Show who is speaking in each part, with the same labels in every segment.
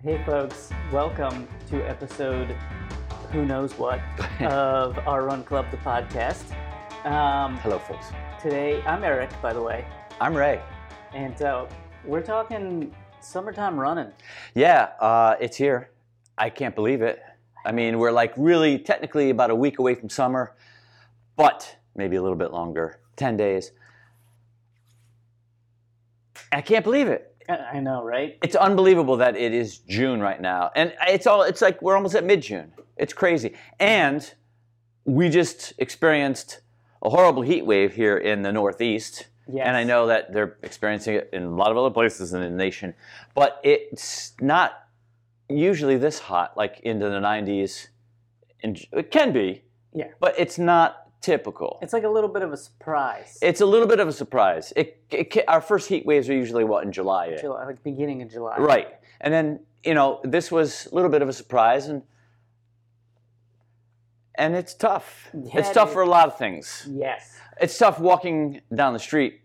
Speaker 1: Hey, folks, welcome to episode who knows what of Our Run Club, the podcast. Um,
Speaker 2: Hello, folks.
Speaker 1: today, I'm Eric, by the way,
Speaker 2: I'm Ray.
Speaker 1: and uh, we're talking summertime running.
Speaker 2: Yeah, uh, it's here. I can't believe it. I mean, we're like really technically about a week away from summer, but maybe a little bit longer 10 days. I can't believe it.
Speaker 1: I- I know, right?
Speaker 2: It's unbelievable that it is June right now. And it's all, it's like we're almost at mid June. It's crazy. And we just experienced a horrible heat wave here in the Northeast.
Speaker 1: Yes.
Speaker 2: And I know that they're experiencing it in a lot of other places in the nation, but it's not usually this hot, like into the 90s. And it can be,
Speaker 1: Yeah.
Speaker 2: but it's not typical.
Speaker 1: It's like a little bit of a surprise.
Speaker 2: It's a little bit of a surprise. It, it, ca- our first heat waves are usually what in July, yeah?
Speaker 1: July, like beginning of July.
Speaker 2: right? And then you know this was a little bit of a surprise, and and it's tough.
Speaker 1: Yeah,
Speaker 2: it's tough
Speaker 1: it
Speaker 2: for a lot of things.
Speaker 1: Yes.
Speaker 2: It's tough walking down the street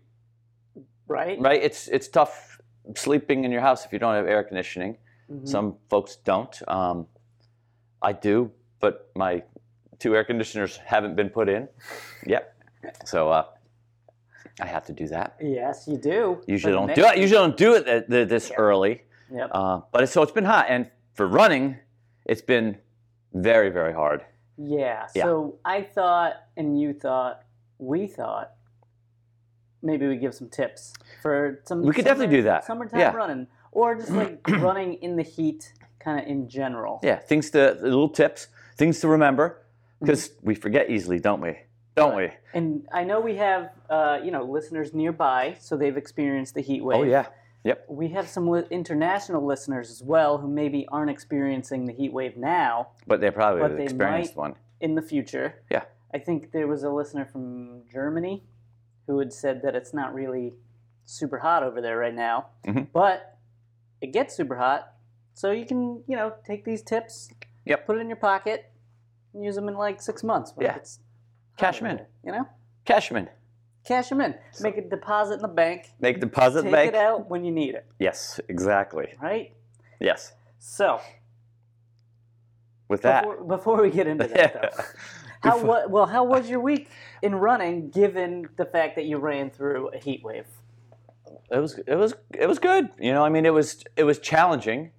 Speaker 1: Right?
Speaker 2: right? It's it's tough sleeping in your house if you don't have air conditioning.
Speaker 1: Mhm.
Speaker 2: Some folks don't. Um, I do, but my two air conditioners haven't been put in. Yep. So uh, I have to do that.
Speaker 1: Yes, you do.
Speaker 2: Usually don't do it. Usually don't do it th- th- this early.
Speaker 1: Yep.
Speaker 2: Uh, but it's, so it's been hot, and for running, it's been very very hard.
Speaker 1: Yeah.
Speaker 2: Yeah.
Speaker 1: So I thought, and you thought, we thought, maybe we give some tips for some.
Speaker 2: We could definitely do that.
Speaker 1: Summertime
Speaker 2: Yeah.
Speaker 1: running, or just like running in the heat, kind of in general.
Speaker 2: Yeah. Things to little tips, things to remember,
Speaker 1: Mm-hmm.
Speaker 2: because we forget easily, don't we? Don't we?
Speaker 1: And I know we have, uh, you know, listeners nearby, so they've experienced the heat wave.
Speaker 2: Oh yeah. Yep.
Speaker 1: We have some li- international listeners as well who maybe aren't experiencing the heat wave now.
Speaker 2: But they probably
Speaker 1: But
Speaker 2: have
Speaker 1: they
Speaker 2: experienced one.
Speaker 1: in the future.
Speaker 2: Yeah.
Speaker 1: I think there was a listener from Germany who had said that it's not really super hot over there right now,
Speaker 2: Mhm.
Speaker 1: but it gets super hot. So you can, you know, take these tips,
Speaker 2: Yep.
Speaker 1: put it in your pocket, and use them in like six months. When
Speaker 2: Yeah.
Speaker 1: It's
Speaker 2: Cash 'em in.
Speaker 1: You know,
Speaker 2: Cashman,
Speaker 1: cash them in. Make a deposit in the bank.
Speaker 2: make deposit
Speaker 1: Take
Speaker 2: bank.
Speaker 1: it out when you need it,
Speaker 2: Yes, exactly.
Speaker 1: right?
Speaker 2: Yes,
Speaker 1: So
Speaker 2: with that.
Speaker 1: before, before we get into that, though, how wa- well how was your week in running, given the fact that you ran through a heat wave?
Speaker 2: it was it was it was good. You know, I mean, it was it was challenging.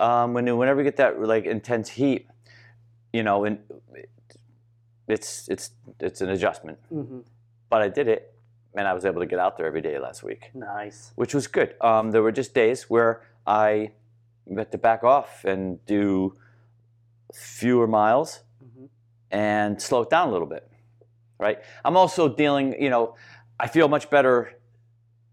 Speaker 2: Um, when you- whenever you get that like intense heat, you know, and it's it's it's an adjustment.
Speaker 1: hmm
Speaker 2: But I did it, and I was able to get out there every day last week.
Speaker 1: Nice.
Speaker 2: which was good. Um, there were just days where I had to back off and do fewer miles
Speaker 1: Mhm.
Speaker 2: and slow it down a little bit. Right. I'm also dealing. You know, I feel much better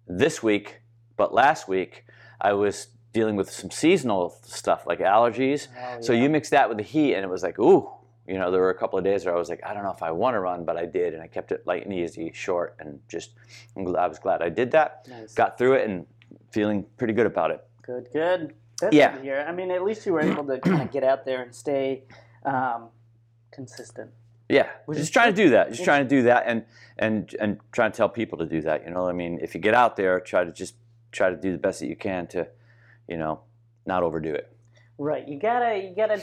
Speaker 2: this week, but last week I was dealing with some seasonal stuff like allergies.
Speaker 1: Oh,
Speaker 2: So you mix that with the heat, and it was like, ooh, you know, there were a couple of days where I was like, I don't know if I want to run, but I did, and I kept it light and easy, short, and just, I'm gl- I was glad I did that.
Speaker 1: Nice.
Speaker 2: Got through it and feeling pretty good about it.
Speaker 1: good, good. That's
Speaker 2: Yeah.
Speaker 1: good to hear. I mean, at least you were able to kind of get out there and stay um, consistent.
Speaker 2: Yeah,
Speaker 1: Which is
Speaker 2: just trying to do that, just trying to do that, and and and trying to tell people to do that. You know, what I mean, if you get out there, try to just try to do the best that you can to, you know, not overdo it.
Speaker 1: Right. You gotta, you gotta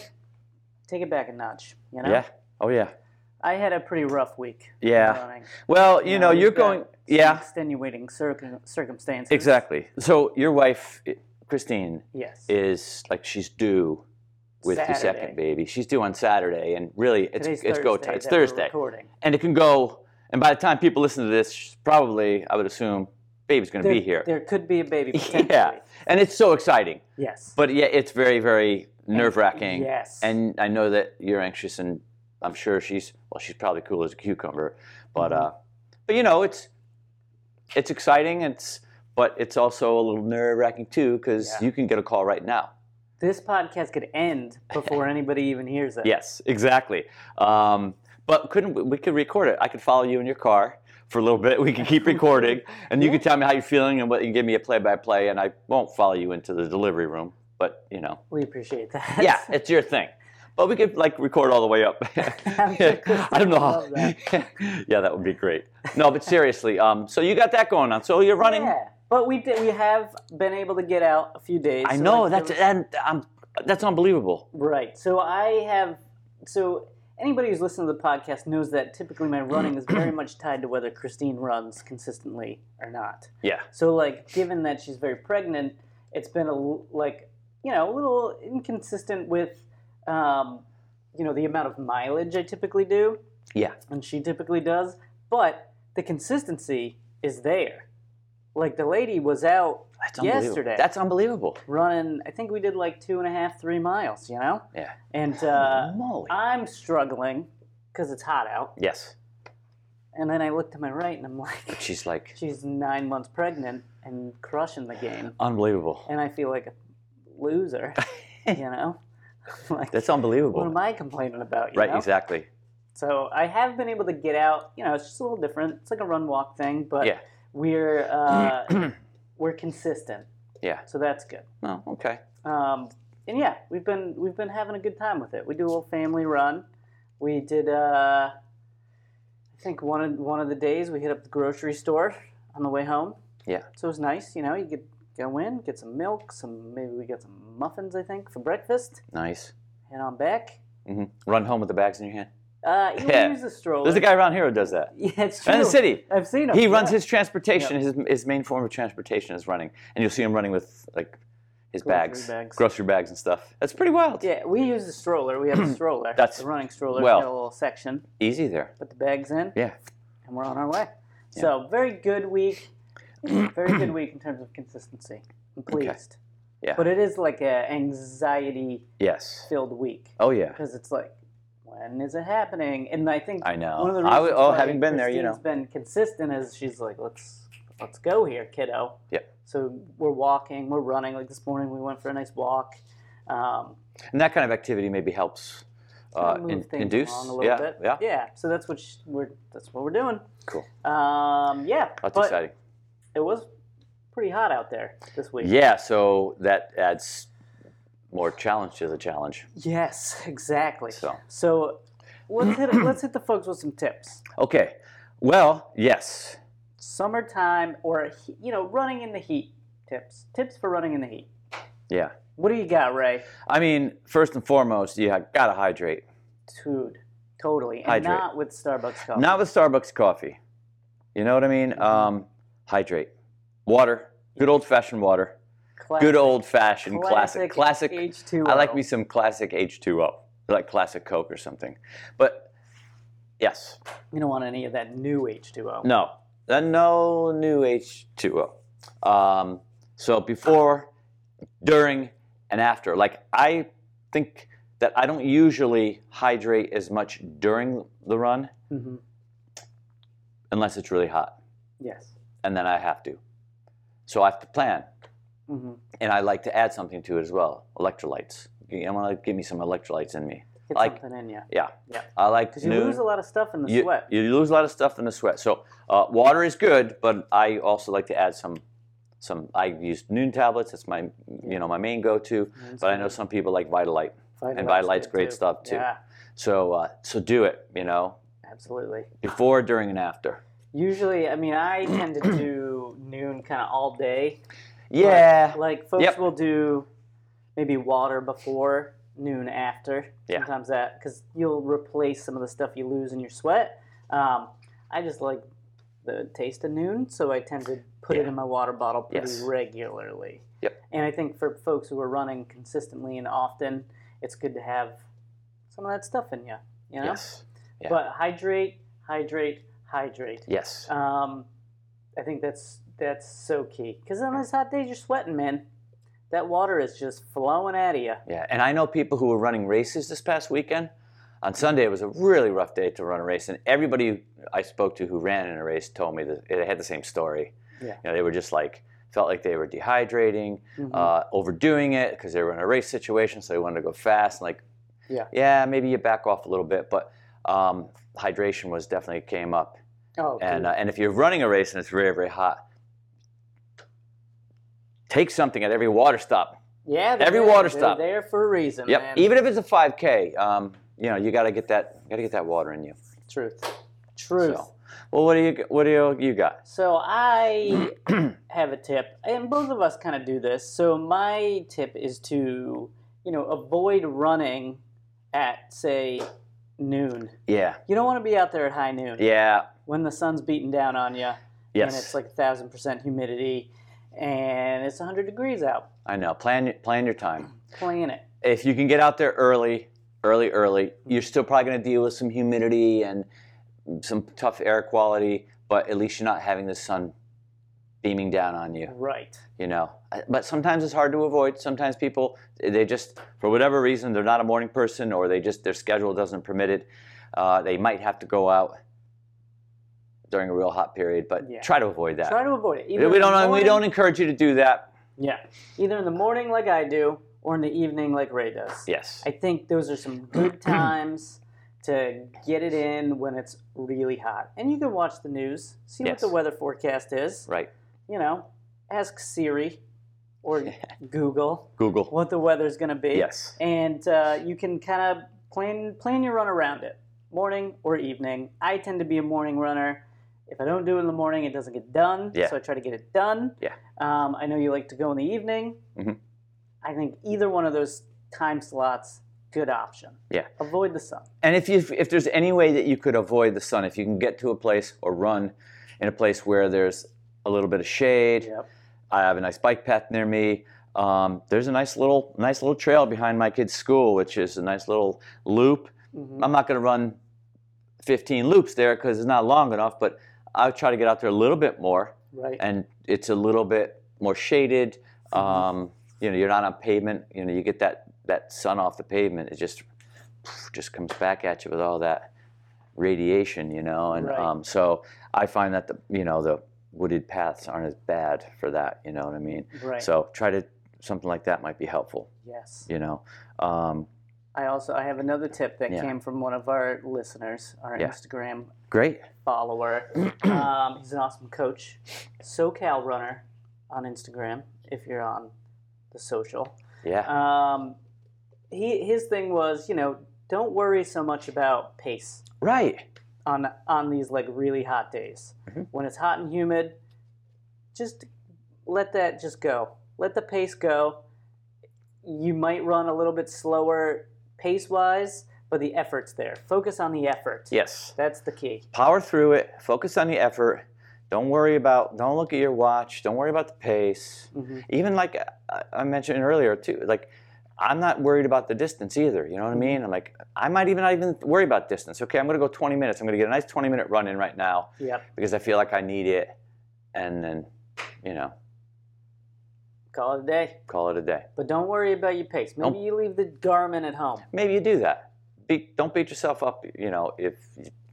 Speaker 1: take it back a notch. You know.
Speaker 2: Yeah. Oh yeah.
Speaker 1: I had a pretty rough week.
Speaker 2: Yeah.
Speaker 1: Running.
Speaker 2: Well, you
Speaker 1: Yeah,
Speaker 2: know,
Speaker 1: we've
Speaker 2: you're
Speaker 1: got
Speaker 2: going.
Speaker 1: some
Speaker 2: Yeah.
Speaker 1: Extenuating circum- circumstances.
Speaker 2: Exactly. So your wife, eh, Christine,
Speaker 1: Yes.
Speaker 2: is like she's due with the
Speaker 1: Saturday.
Speaker 2: second baby. She's due on Saturday, and really, it's
Speaker 1: Today's
Speaker 2: it's
Speaker 1: Thursday
Speaker 2: go time. It's
Speaker 1: that we're
Speaker 2: Thursday,
Speaker 1: Recording.
Speaker 2: and it can go. And by the time people listen to this, she's probably I would assume baby's going to
Speaker 1: There,
Speaker 2: be here.
Speaker 1: There could be a baby. Potentially.
Speaker 2: Yeah, and it's so exciting,
Speaker 1: Yes.
Speaker 2: but yeah, it's very very nerve wracking.
Speaker 1: Yes.
Speaker 2: And I know that you're anxious, and I'm sure she's well. She's probably cool as a cucumber, but
Speaker 1: Mm-hmm.
Speaker 2: uh, but you know, it's it's exciting. It's but it's also a little nerve wracking too because
Speaker 1: Yeah.
Speaker 2: you can get a call right now.
Speaker 1: this podcast could end before anybody even hears it.
Speaker 2: Yes, exactly. Um, but couldn't we- we could record it? I could follow you in your car for a little bit. We could keep recording, and you could tell me how you're feeling and what you give me a play-by-play, and I won't follow you into the delivery room. But you know,
Speaker 1: We appreciate that.
Speaker 2: yeah, it's your thing. But we could like record all the way up.
Speaker 1: I'm sure Kristen
Speaker 2: I don't know.
Speaker 1: would
Speaker 2: How,
Speaker 1: love that.
Speaker 2: yeah, that would be great. No, but seriously, um, so you got that going on. So you're running.
Speaker 1: Yeah, but we did, we have been able to get out a few days.
Speaker 2: I
Speaker 1: so,
Speaker 2: know
Speaker 1: like,
Speaker 2: that's
Speaker 1: there
Speaker 2: and I'm That's unbelievable.
Speaker 1: Right. So I have. So anybody who's listened to the podcast knows that typically my running is very much tied to whether Christine runs consistently or not.
Speaker 2: Yeah.
Speaker 1: So like, given that she's very pregnant, it's been a l- like you know a little inconsistent with um, you know the amount of mileage I typically do
Speaker 2: Yeah.
Speaker 1: and she typically does, but the consistency is there. Like the lady was out
Speaker 2: That's unbelievable.
Speaker 1: Yesterday.
Speaker 2: That's unbelievable.
Speaker 1: running. I think we did like two and a half, three miles. You know,
Speaker 2: Yeah.
Speaker 1: and uh,
Speaker 2: Molly.
Speaker 1: I'm struggling because it's hot out.
Speaker 2: yes.
Speaker 1: And then I look to my right and I'm like,
Speaker 2: She's like
Speaker 1: she's nine months pregnant and crushing the game.
Speaker 2: unbelievable.
Speaker 1: And I feel like a loser, you know? like,
Speaker 2: That's
Speaker 1: what am
Speaker 2: unbelievable.
Speaker 1: I complaining about? You
Speaker 2: Right.
Speaker 1: know?
Speaker 2: Exactly.
Speaker 1: So I have been able to get out. You know, it's just a little different. It's like a run walk thing, but
Speaker 2: Yeah.
Speaker 1: we're uh, we're consistent.
Speaker 2: Yeah.
Speaker 1: So that's good.
Speaker 2: Oh, okay.
Speaker 1: Um, and yeah, we've been we've been having a good time with it. We do a little family run. We did uh, I think one of one of the days we hit up the grocery store on the way home.
Speaker 2: Yeah.
Speaker 1: So it was nice, you know, you could go in, get some milk, some maybe we got some muffins I think for breakfast,
Speaker 2: Nice.
Speaker 1: head on back.
Speaker 2: hmm Run home with the bags in your hand.
Speaker 1: Uh you
Speaker 2: Yeah.
Speaker 1: use a stroller.
Speaker 2: There's a guy around here who does that.
Speaker 1: Yeah, it's true.
Speaker 2: In the city.
Speaker 1: I've seen him.
Speaker 2: He runs
Speaker 1: yeah.
Speaker 2: his transportation. His, his main form of transportation is running, and you'll see him running with like his
Speaker 1: Grocery
Speaker 2: bags,
Speaker 1: bags.
Speaker 2: grocery bags and stuff. That's pretty wild.
Speaker 1: Yeah, we use a stroller. We have a stroller.
Speaker 2: That's-
Speaker 1: a running stroller.
Speaker 2: well.
Speaker 1: got a little section.
Speaker 2: Easy there.
Speaker 1: Put the bags in.
Speaker 2: Yeah.
Speaker 1: and we're on our way. So very good week, very good week in terms of consistency. I'm pleased.
Speaker 2: Yeah.
Speaker 1: But it is like a anxiety
Speaker 2: Yes.
Speaker 1: filled week
Speaker 2: Oh yeah.
Speaker 1: because it's like, when is it happening? And I think
Speaker 2: I know.
Speaker 1: One of the
Speaker 2: I
Speaker 1: reasons
Speaker 2: w- oh,
Speaker 1: why
Speaker 2: having been there, you
Speaker 1: Christine's been consistent is she's like, let's let's go here, kiddo.
Speaker 2: Yeah.
Speaker 1: So we're walking, we're running. Like this morning, we went for a nice walk. Um,
Speaker 2: And that kind of activity maybe helps uh,
Speaker 1: move
Speaker 2: in-
Speaker 1: things
Speaker 2: induce.
Speaker 1: along a little
Speaker 2: yeah,
Speaker 1: bit.
Speaker 2: yeah.
Speaker 1: So that's what sh- we're that's what we're doing.
Speaker 2: Cool.
Speaker 1: Um, yeah.
Speaker 2: That's
Speaker 1: but-
Speaker 2: exciting.
Speaker 1: it was pretty hot out there this week.
Speaker 2: Yeah. So that adds more challenge to the challenge.
Speaker 1: Yes, exactly.
Speaker 2: So.
Speaker 1: So let's hit let's hit the folks with some tips.
Speaker 2: Okay. Well, yes.
Speaker 1: Summertime or he- you know running in the heat tips. Tips for running in the heat.
Speaker 2: Yeah.
Speaker 1: What do you got, Ray?
Speaker 2: I mean, first and foremost, you ha- gotta hydrate.
Speaker 1: Dude, totally, and
Speaker 2: Hydrate.
Speaker 1: not with Starbucks coffee.
Speaker 2: Not with Starbucks coffee. You know what I mean? Um, hydrate. Water. Good old fashioned water.
Speaker 1: Classic-
Speaker 2: Good old fashioned classic. Classic.
Speaker 1: H2O.
Speaker 2: I like me some classic H2O, like classic Coke or something. But yes,
Speaker 1: You don't want any of that new H2O.
Speaker 2: No, Uh, no new H2O. Um, so before, during, and after. Like I think that I don't usually hydrate as much during the run
Speaker 1: hmm
Speaker 2: unless it's really hot,
Speaker 1: Yes.
Speaker 2: and then I have to. So I have to plan,
Speaker 1: hmm
Speaker 2: and I like to add something to it as well. Electrolytes. I want to give me some electrolytes in me.
Speaker 1: Get
Speaker 2: Like-
Speaker 1: something in you.
Speaker 2: Yeah.
Speaker 1: Yeah.
Speaker 2: I like
Speaker 1: Because you
Speaker 2: noon-
Speaker 1: lose a lot of stuff in the
Speaker 2: you,
Speaker 1: sweat.
Speaker 2: You lose a lot of stuff in the sweat. So uh, water is good, but I also like to add some. Some I use noon tablets. That's my you know my main go-to.
Speaker 1: Noon's
Speaker 2: But I know
Speaker 1: good.
Speaker 2: some people like Vitalite, and
Speaker 1: Vitalite's
Speaker 2: Vitalite's
Speaker 1: good,
Speaker 2: great
Speaker 1: too.
Speaker 2: stuff too.
Speaker 1: Yeah,
Speaker 2: So uh, so do it. You know
Speaker 1: absolutely.
Speaker 2: before, during, and after.
Speaker 1: Usually, I mean, I tend to do noon kind of all day.
Speaker 2: Yeah,
Speaker 1: Like folks
Speaker 2: Yep.
Speaker 1: will do maybe water before, noon after.
Speaker 2: Yeah.
Speaker 1: Sometimes that because you'll replace some of the stuff you lose in your sweat. Um, I just like the taste of noon, so I tend to put it
Speaker 2: Yeah.
Speaker 1: in my water bottle pretty
Speaker 2: Yes.
Speaker 1: regularly.
Speaker 2: Yep.
Speaker 1: And I think for folks who are running consistently and often, it's good to have some of that stuff in you. You know.
Speaker 2: yes, yeah.
Speaker 1: But hydrate, hydrate, hydrate.
Speaker 2: yes.
Speaker 1: Um, I think that's that's so key because on those hot days you're sweating, man. That water is just flowing out of you.
Speaker 2: Yeah, and I know people who were running races this past weekend. On Sunday, it was a really rough day to run a race, and everybody I spoke to who ran in a race told me that they had the same story.
Speaker 1: Yeah.
Speaker 2: You know, they were just like felt like they were dehydrating, uh, overdoing it because they were in a race situation, so they wanted to go fast. And like,
Speaker 1: Yeah.
Speaker 2: yeah, maybe you back off a little bit, but um, hydration was definitely came up.
Speaker 1: oh,
Speaker 2: And uh, and if you're running a race and it's very very hot, take something at every water stop.
Speaker 1: yeah, they're
Speaker 2: every
Speaker 1: there.
Speaker 2: water
Speaker 1: They're
Speaker 2: stop.
Speaker 1: there for a reason.
Speaker 2: Yep.
Speaker 1: man.
Speaker 2: Even if it's a 5K, um, you know, you gotta get that, gotta get that water in you.
Speaker 1: truth, truth.
Speaker 2: So, well, what do you, what do you, you got?
Speaker 1: So I have a tip, and both of us kind of do this. So my tip is to you know, avoid running at say noon.
Speaker 2: Yeah.
Speaker 1: You don't want to be out there at high noon
Speaker 2: Yeah.
Speaker 1: when the sun's beating down on you
Speaker 2: Yes.
Speaker 1: and it's like a thousand percent humidity and it's 100 degrees out.
Speaker 2: I know. Plan plan your time.
Speaker 1: Plan it.
Speaker 2: if you can get out there early, early, early, you're still probably going to deal with some humidity and some tough air quality, but at least you're not having the sun beaming down on you,
Speaker 1: Right.
Speaker 2: you know. Uh, But sometimes it's hard to avoid. Sometimes people, they just, for whatever reason, they're not a morning person or they just, their schedule doesn't permit it. Uh, they might have to go out during a real hot period, but
Speaker 1: Yeah.
Speaker 2: try to avoid that.
Speaker 1: Try to avoid it. Either
Speaker 2: we
Speaker 1: in the
Speaker 2: don't, we
Speaker 1: morning-
Speaker 2: don't e-, encourage you to do that.
Speaker 1: Yeah. Either in the morning like I do or in the evening like Ray does.
Speaker 2: Yes.
Speaker 1: I think those are some good times to get it in when it's really hot. And you can watch the news, see what
Speaker 2: Yes.
Speaker 1: the weather forecast is.
Speaker 2: right.
Speaker 1: You know, ask Siri or Google
Speaker 2: Google.
Speaker 1: what the weather's going to be.
Speaker 2: Yes.
Speaker 1: And uh, you can kind of plan, plan your run around it, morning or evening. I tend to be a morning runner. If I don't do it in the morning, it doesn't get done.
Speaker 2: Yeah.
Speaker 1: So I try to get it done.
Speaker 2: Yeah.
Speaker 1: Um, I know you like to go in the evening.
Speaker 2: Mhm.
Speaker 1: I think either one of those time slots, good option.
Speaker 2: Yeah.
Speaker 1: Avoid the sun.
Speaker 2: And if you if there's any way that you could avoid the sun, if you can get to a place or run in a place where there's a little bit of shade,
Speaker 1: Yep.
Speaker 2: I have a nice bike path near me. Um, there's a nice little nice little trail behind my kid's school, which is a nice little loop.
Speaker 1: Mhm.
Speaker 2: I'm not going to run 15 loops there because it's not long enough, but I'll try to get out there a little bit more,
Speaker 1: Right.
Speaker 2: and it's a little bit more shaded. Um, you know, you're not on pavement. You know, you get that that sun off the pavement. It just just comes back at you with all that radiation, you know. And
Speaker 1: Right.
Speaker 2: um, so I find that the you know the wooded paths aren't as bad for that. You know what I mean?
Speaker 1: right.
Speaker 2: So try to something like that might be helpful.
Speaker 1: yes.
Speaker 2: You know. Um,
Speaker 1: I also I have another tip that
Speaker 2: Yeah.
Speaker 1: came from one of our listeners, our
Speaker 2: Yeah.
Speaker 1: Instagram
Speaker 2: great.
Speaker 1: follower. um, he's an awesome coach, SoCal runner on Instagram. If you're on the social,
Speaker 2: Yeah.
Speaker 1: um, he his thing was you know don't worry so much about pace
Speaker 2: right.
Speaker 1: on on these like really hot days
Speaker 2: Mhm.
Speaker 1: when it's hot and humid. Just let that just go. Let the pace go. You might run a little bit slower pace wise, but the effort's there. Focus on the effort.
Speaker 2: Yes.
Speaker 1: That's the key.
Speaker 2: Power through it. Focus on the effort. Don't worry about. Don't look at your watch. Don't worry about the pace.
Speaker 1: Mhm.
Speaker 2: even like I- I mentioned earlier too, like I'm not worried about the distance either. You know what I mean? I'm like I might even not even worry about distance. Okay, I'm gonna go 20 minutes. I'm gonna get a nice 20 minute run in right now
Speaker 1: Yep.
Speaker 2: because I feel like I need it, and then you know
Speaker 1: Call it a day.
Speaker 2: call it a day.
Speaker 1: But don't worry about your pace. Maybe
Speaker 2: Nope.
Speaker 1: you leave the Garmin at home.
Speaker 2: Maybe you do that. Beat, don't beat yourself up. You know if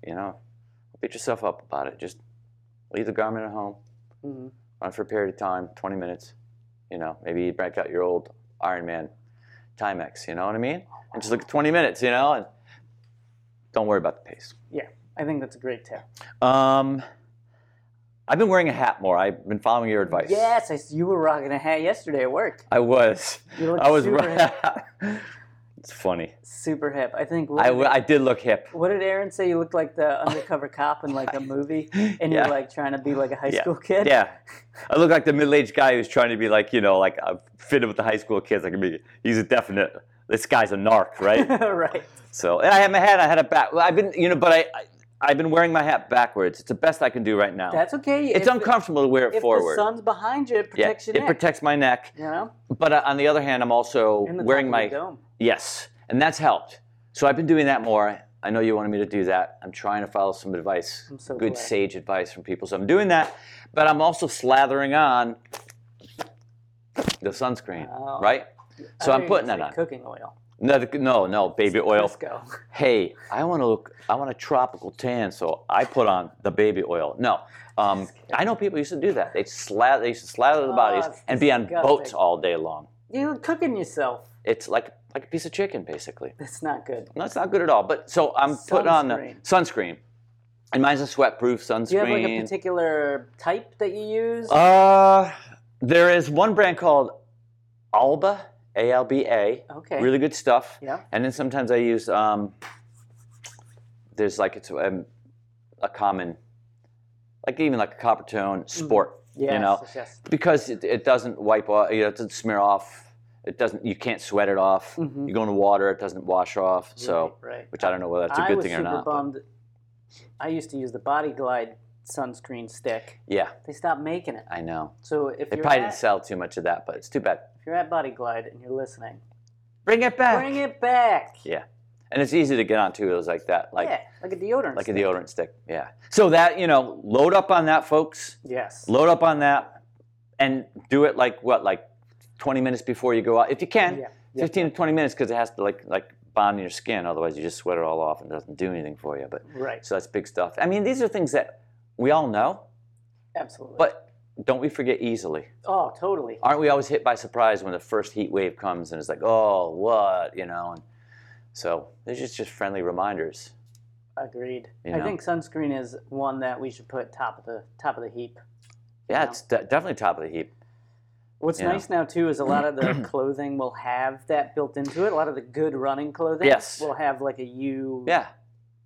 Speaker 2: you know beat yourself up about it. Just leave the garment at home.
Speaker 1: Mhm.
Speaker 2: Run for a period of time, 20 minutes. You know maybe you break out your old Ironman Timex. You know what I mean? And just look at 20 minutes. You know and don't worry about the pace.
Speaker 1: Yeah, I think that's a great tip.
Speaker 2: Um, I've been wearing a hat more. I've been following your advice.
Speaker 1: Yes, I s you were rocking a hat yesterday at work.
Speaker 2: I was.
Speaker 1: You look
Speaker 2: I was.
Speaker 1: super hip.
Speaker 2: it's funny.
Speaker 1: Super hip. I think. What did,
Speaker 2: I, w- I did look hip.
Speaker 1: what did Aaron say? You looked like the undercover cop in like a movie, and
Speaker 2: Yeah.
Speaker 1: you're like trying to be like a high
Speaker 2: Yeah.
Speaker 1: school kid.
Speaker 2: Yeah. I look like the middle-aged guy who's trying to be like, you know, like I'm fitted with the high school kids. I can be. He's a definite. This guy's a narc, right?
Speaker 1: right.
Speaker 2: so, and I had my hat. I had it back. Well, I've been, you know, but I, I, I've been wearing my hat backwards. It's the best I can do right now.
Speaker 1: That's okay.
Speaker 2: it's
Speaker 1: if,
Speaker 2: uncomfortable to wear it
Speaker 1: If
Speaker 2: forward.
Speaker 1: the sun's behind you, it
Speaker 2: yeah,
Speaker 1: protects
Speaker 2: it
Speaker 1: your neck.
Speaker 2: protects my neck.
Speaker 1: you know,
Speaker 2: But uh, on the other hand, I'm also
Speaker 1: And the top
Speaker 2: wearing
Speaker 1: of
Speaker 2: my
Speaker 1: your dome.
Speaker 2: yes, and that's helped. So I've been doing that more. I know you wanted me to do that. I'm trying to follow some advice,
Speaker 1: I'm so
Speaker 2: good
Speaker 1: glad.
Speaker 2: sage advice from people. So I'm doing that, but I'm also slathering on the sunscreen,
Speaker 1: Oh.
Speaker 2: right?
Speaker 1: I
Speaker 2: So
Speaker 1: thought
Speaker 2: I'm
Speaker 1: you were
Speaker 2: putting
Speaker 1: gonna
Speaker 2: that on.
Speaker 1: say Cooking oil.
Speaker 2: No, the- no, no, baby oil.
Speaker 1: Crisco.
Speaker 2: Hey, I want to look. I want a tropical tan, so I put on the baby oil. No, um, I know people used to do that. They slather, they used to slather their
Speaker 1: Oh,
Speaker 2: bodies
Speaker 1: it's
Speaker 2: and be on boats
Speaker 1: disgusting.
Speaker 2: all day long.
Speaker 1: You're cooking yourself.
Speaker 2: It's like like a piece of chicken, basically.
Speaker 1: That's not good.
Speaker 2: No, it's not good at all. But so I'm putting on the
Speaker 1: Sunscreen.
Speaker 2: sunscreen, and mine's a sweat-proof sunscreen.
Speaker 1: Do you have like a particular type that you use?
Speaker 2: uh, there is one brand called Alba, A L B A.
Speaker 1: okay.
Speaker 2: Really good stuff.
Speaker 1: Yeah.
Speaker 2: And then sometimes I use um, there's like it's um, a common, like even like a copper tone sport.
Speaker 1: Mm. Yes,
Speaker 2: You know,
Speaker 1: yes, yes.
Speaker 2: because it, it doesn't wipe off, you know, it doesn't smear off it doesn't you can't sweat it off.
Speaker 1: Mhm.
Speaker 2: You go in the water, it doesn't wash off. So,
Speaker 1: right, right.
Speaker 2: which I don't know whether that's a
Speaker 1: I
Speaker 2: good
Speaker 1: was
Speaker 2: thing or
Speaker 1: super
Speaker 2: not. but-
Speaker 1: bummed. I used to use the Body Glide sunscreen stick.
Speaker 2: yeah,
Speaker 1: They stopped making it.
Speaker 2: I know.
Speaker 1: So if
Speaker 2: They
Speaker 1: you're,
Speaker 2: probably
Speaker 1: at,
Speaker 2: didn't sell too much of that, but it's too bad.
Speaker 1: if you're at Body Glide and you're listening,
Speaker 2: Bring it back.
Speaker 1: bring it back.
Speaker 2: Yeah, and it's easy to get on tubes like that, like
Speaker 1: yeah, like a deodorant.
Speaker 2: like a
Speaker 1: stick.
Speaker 2: deodorant stick. Yeah. So that you know, load up on that, folks.
Speaker 1: Yes.
Speaker 2: Load up on that, and do it like what, like 20 minutes before you go out, if you can.
Speaker 1: Yeah, yeah.
Speaker 2: 15 to 20 minutes because it has to like like bond in your skin. Otherwise, you just sweat it all off and it doesn't do anything for you. But
Speaker 1: Right.
Speaker 2: so that's big stuff. I mean, these are things that we all know,
Speaker 1: Absolutely.
Speaker 2: but don't we forget easily?
Speaker 1: oh, totally.
Speaker 2: aren't we always hit by surprise when the first heat wave comes and it's like, oh, what, you know? And so there's just just friendly reminders.
Speaker 1: Agreed.
Speaker 2: You
Speaker 1: I
Speaker 2: know.
Speaker 1: think sunscreen is one that we should put top of the top of the heap.
Speaker 2: Yeah,
Speaker 1: Yeah.
Speaker 2: it's de- definitely top of the heap.
Speaker 1: What's
Speaker 2: Yeah.
Speaker 1: nice now too is a lot of the clothing will have that built into it. A lot of the good running clothing
Speaker 2: Yes.
Speaker 1: will have like a U
Speaker 2: Yeah,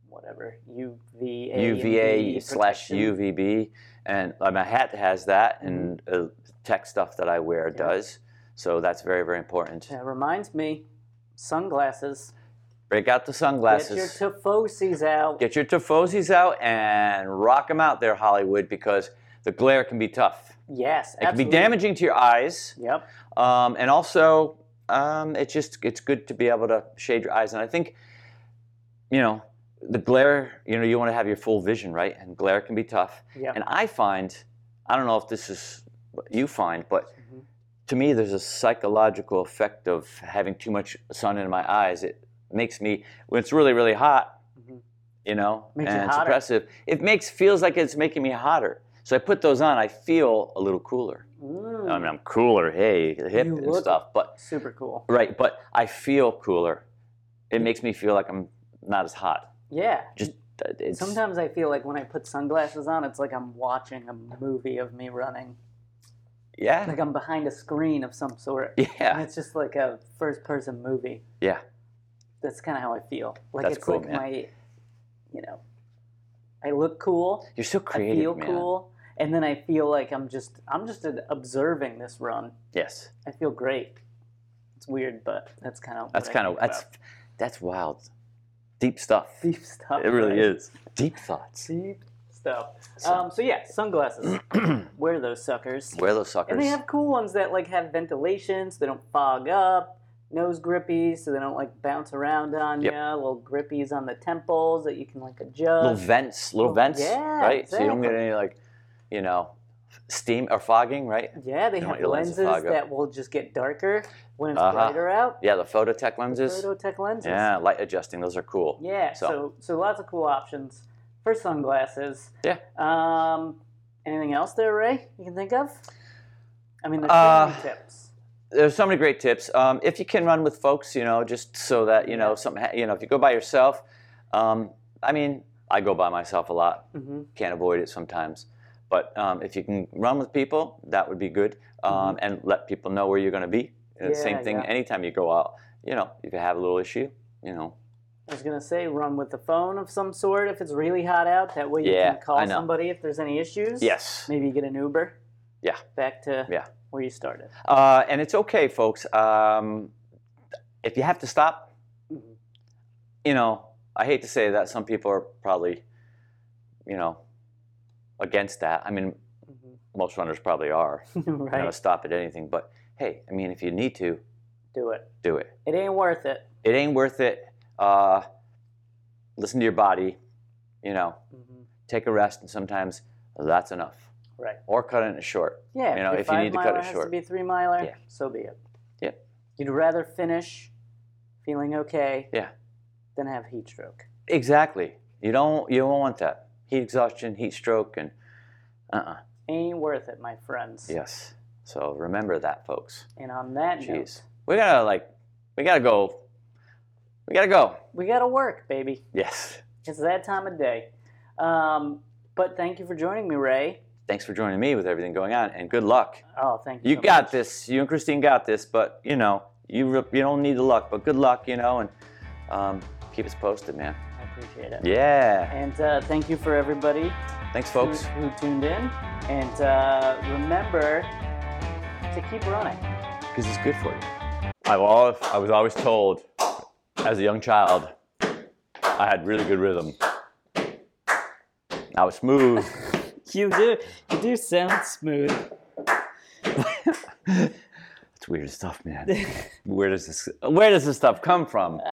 Speaker 1: whatever UVA and
Speaker 2: UVA
Speaker 1: B
Speaker 2: slash
Speaker 1: protection.
Speaker 2: UVB, and uh, my hat has that, and uh, tech stuff that I wear
Speaker 1: Mm-hmm. Yeah.
Speaker 2: does. So that's very very important.
Speaker 1: That uh, reminds me, sunglasses.
Speaker 2: Break out the sunglasses.
Speaker 1: Get your tofosies out.
Speaker 2: Get your Tifosis out and rock them out there, Hollywood, because the glare can be tough.
Speaker 1: yes,
Speaker 2: It
Speaker 1: absolutely.
Speaker 2: can be damaging to your eyes.
Speaker 1: Yep.
Speaker 2: um, and also um, it's just it's good to be able to shade your eyes and i think you know the glare you know you want to have your full vision right and glare can be tough
Speaker 1: Yep.
Speaker 2: and i find i don't know if this is what you find but
Speaker 1: Mhm.
Speaker 2: to me there's a psychological effect of having too much sun in my eyes it makes me when it's really really hot
Speaker 1: Mhm.
Speaker 2: you know
Speaker 1: Makes it
Speaker 2: and it's
Speaker 1: hotter.
Speaker 2: oppressive it makes feels like it's making me hotter so i put those on i feel a little cooler
Speaker 1: Mm,
Speaker 2: I mean, I'm cooler, hey, hip
Speaker 1: You
Speaker 2: and
Speaker 1: look-
Speaker 2: stuff, but
Speaker 1: super cool.
Speaker 2: right, but I feel cooler. It makes me feel like I'm not as hot.
Speaker 1: Yeah.
Speaker 2: Just it's
Speaker 1: Sometimes I feel like when I put sunglasses on, it's like I'm watching a movie of me running.
Speaker 2: yeah,
Speaker 1: Like I'm behind a screen of some sort. And
Speaker 2: yeah,
Speaker 1: it's just like a first person movie.
Speaker 2: yeah.
Speaker 1: That's kind of how I feel. Like
Speaker 2: That's
Speaker 1: it's
Speaker 2: cool,
Speaker 1: like
Speaker 2: man.
Speaker 1: my, you know, I look cool,
Speaker 2: You're so creative,
Speaker 1: I feel
Speaker 2: man.
Speaker 1: cool, and then I feel like I'm just I'm just observing this run.
Speaker 2: Yes,
Speaker 1: I feel great. It's weird, but that's kind of
Speaker 2: that's kind of that's that's wild, deep stuff.
Speaker 1: deep stuff.
Speaker 2: It really
Speaker 1: right?
Speaker 2: is deep thoughts.
Speaker 1: deep stuff.
Speaker 2: So-
Speaker 1: um, so yeah, sunglasses. Wear those suckers.
Speaker 2: Wear those
Speaker 1: And they
Speaker 2: suckers.
Speaker 1: have cool ones that like have ventilation, so they don't fog up. Nose grippies, so they don't like bounce around on
Speaker 2: Yep.
Speaker 1: ya. Little grippies on the temples that you can like
Speaker 2: Little
Speaker 1: adjust.
Speaker 2: vents, little
Speaker 1: Oh,
Speaker 2: vents,
Speaker 1: yeah,
Speaker 2: right? So you don't get
Speaker 1: exactly.
Speaker 2: any like, you know, steam or fogging, right?
Speaker 1: yeah, they
Speaker 2: don't
Speaker 1: have
Speaker 2: want your lenses
Speaker 1: lenses
Speaker 2: to fog up.
Speaker 1: that will just get darker when it's
Speaker 2: Uh-huh.
Speaker 1: brighter out.
Speaker 2: Yeah, the phototech lenses.
Speaker 1: Phototech lenses.
Speaker 2: Yeah, light adjusting. Those are cool.
Speaker 1: Yeah,
Speaker 2: So-
Speaker 1: so. so lots of cool options for sunglasses.
Speaker 2: Yeah.
Speaker 1: Um, anything else there, Ray? You can think of? I mean, the
Speaker 2: Uh,
Speaker 1: training tips.
Speaker 2: there's so many great tips. Um, if you can run with folks, you know, just so that you know,
Speaker 1: Yeah.
Speaker 2: something. ha- You know, if you go by yourself, um, I mean, I go by myself a lot.
Speaker 1: Mhm.
Speaker 2: Can't avoid it sometimes. But um, if you can run with people, that would be good. Um, And let people know where you're going to be.
Speaker 1: Mm-hmm.
Speaker 2: And
Speaker 1: Yeah,
Speaker 2: same thing.
Speaker 1: yeah.
Speaker 2: Anytime you go out, you know, if you have a little issue, you know,
Speaker 1: I was gonna say run with the phone of some sort if it's really hot out. That way you
Speaker 2: Yeah,
Speaker 1: can call
Speaker 2: I know.
Speaker 1: somebody if there's any issues.
Speaker 2: yes.
Speaker 1: Maybe you get an Uber.
Speaker 2: Yeah.
Speaker 1: Back to
Speaker 2: Yeah.
Speaker 1: where you started.
Speaker 2: Uh, and it's okay, folks. Um, if you have to stop,
Speaker 1: Mhm.
Speaker 2: you know, I hate to say that some people are probably, you know, against that. I mean,
Speaker 1: Mhm.
Speaker 2: most runners probably are. They're
Speaker 1: Mm-hmm. right.
Speaker 2: gonna stop at anything, but hey, I mean, if you need to,
Speaker 1: Do it.
Speaker 2: do it.
Speaker 1: It ain't worth it.
Speaker 2: It ain't worth it. Uh, listen to your body. You know,
Speaker 1: Mhm.
Speaker 2: take a rest, and sometimes that's enough.
Speaker 1: Right.
Speaker 2: Or cutting it short.
Speaker 1: Yeah.
Speaker 2: You know,
Speaker 1: your
Speaker 2: if you need to cut
Speaker 1: five-miler
Speaker 2: it
Speaker 1: has to
Speaker 2: short.
Speaker 1: be a three miler.
Speaker 2: Yeah.
Speaker 1: So be it.
Speaker 2: Yep.
Speaker 1: You'd rather finish feeling okay.
Speaker 2: Yeah.
Speaker 1: Than have heat stroke.
Speaker 2: Exactly. You don't. You don't want that heat exhaustion, heat stroke, and uh-uh.
Speaker 1: Ain't worth it, my friends.
Speaker 2: Yes. So remember that, folks.
Speaker 1: And on that
Speaker 2: Jeez.
Speaker 1: note,
Speaker 2: We gotta like. We gotta go. We gotta go.
Speaker 1: we gotta work, baby.
Speaker 2: Yes.
Speaker 1: It's that time of day. Um, but thank you for joining me, Ray.
Speaker 2: Thanks for joining me with everything going on, and good luck.
Speaker 1: Oh, thank you.
Speaker 2: You
Speaker 1: so
Speaker 2: got
Speaker 1: much.
Speaker 2: this. You and Christine got this, but you know, you re- you don't need the luck, but good luck, you know, and um, keep us posted, man.
Speaker 1: I appreciate it.
Speaker 2: Yeah.
Speaker 1: And uh, thank you for everybody
Speaker 2: Thanks,
Speaker 1: who,
Speaker 2: folks.
Speaker 1: who tuned in. And uh, remember to keep running.
Speaker 2: Because it's good for you. I, was, I was always told as a young child I had really good rhythm. I was smooth.
Speaker 1: You do. You do sound smooth.
Speaker 2: It's weird stuff, man. where does this where does this stuff come from?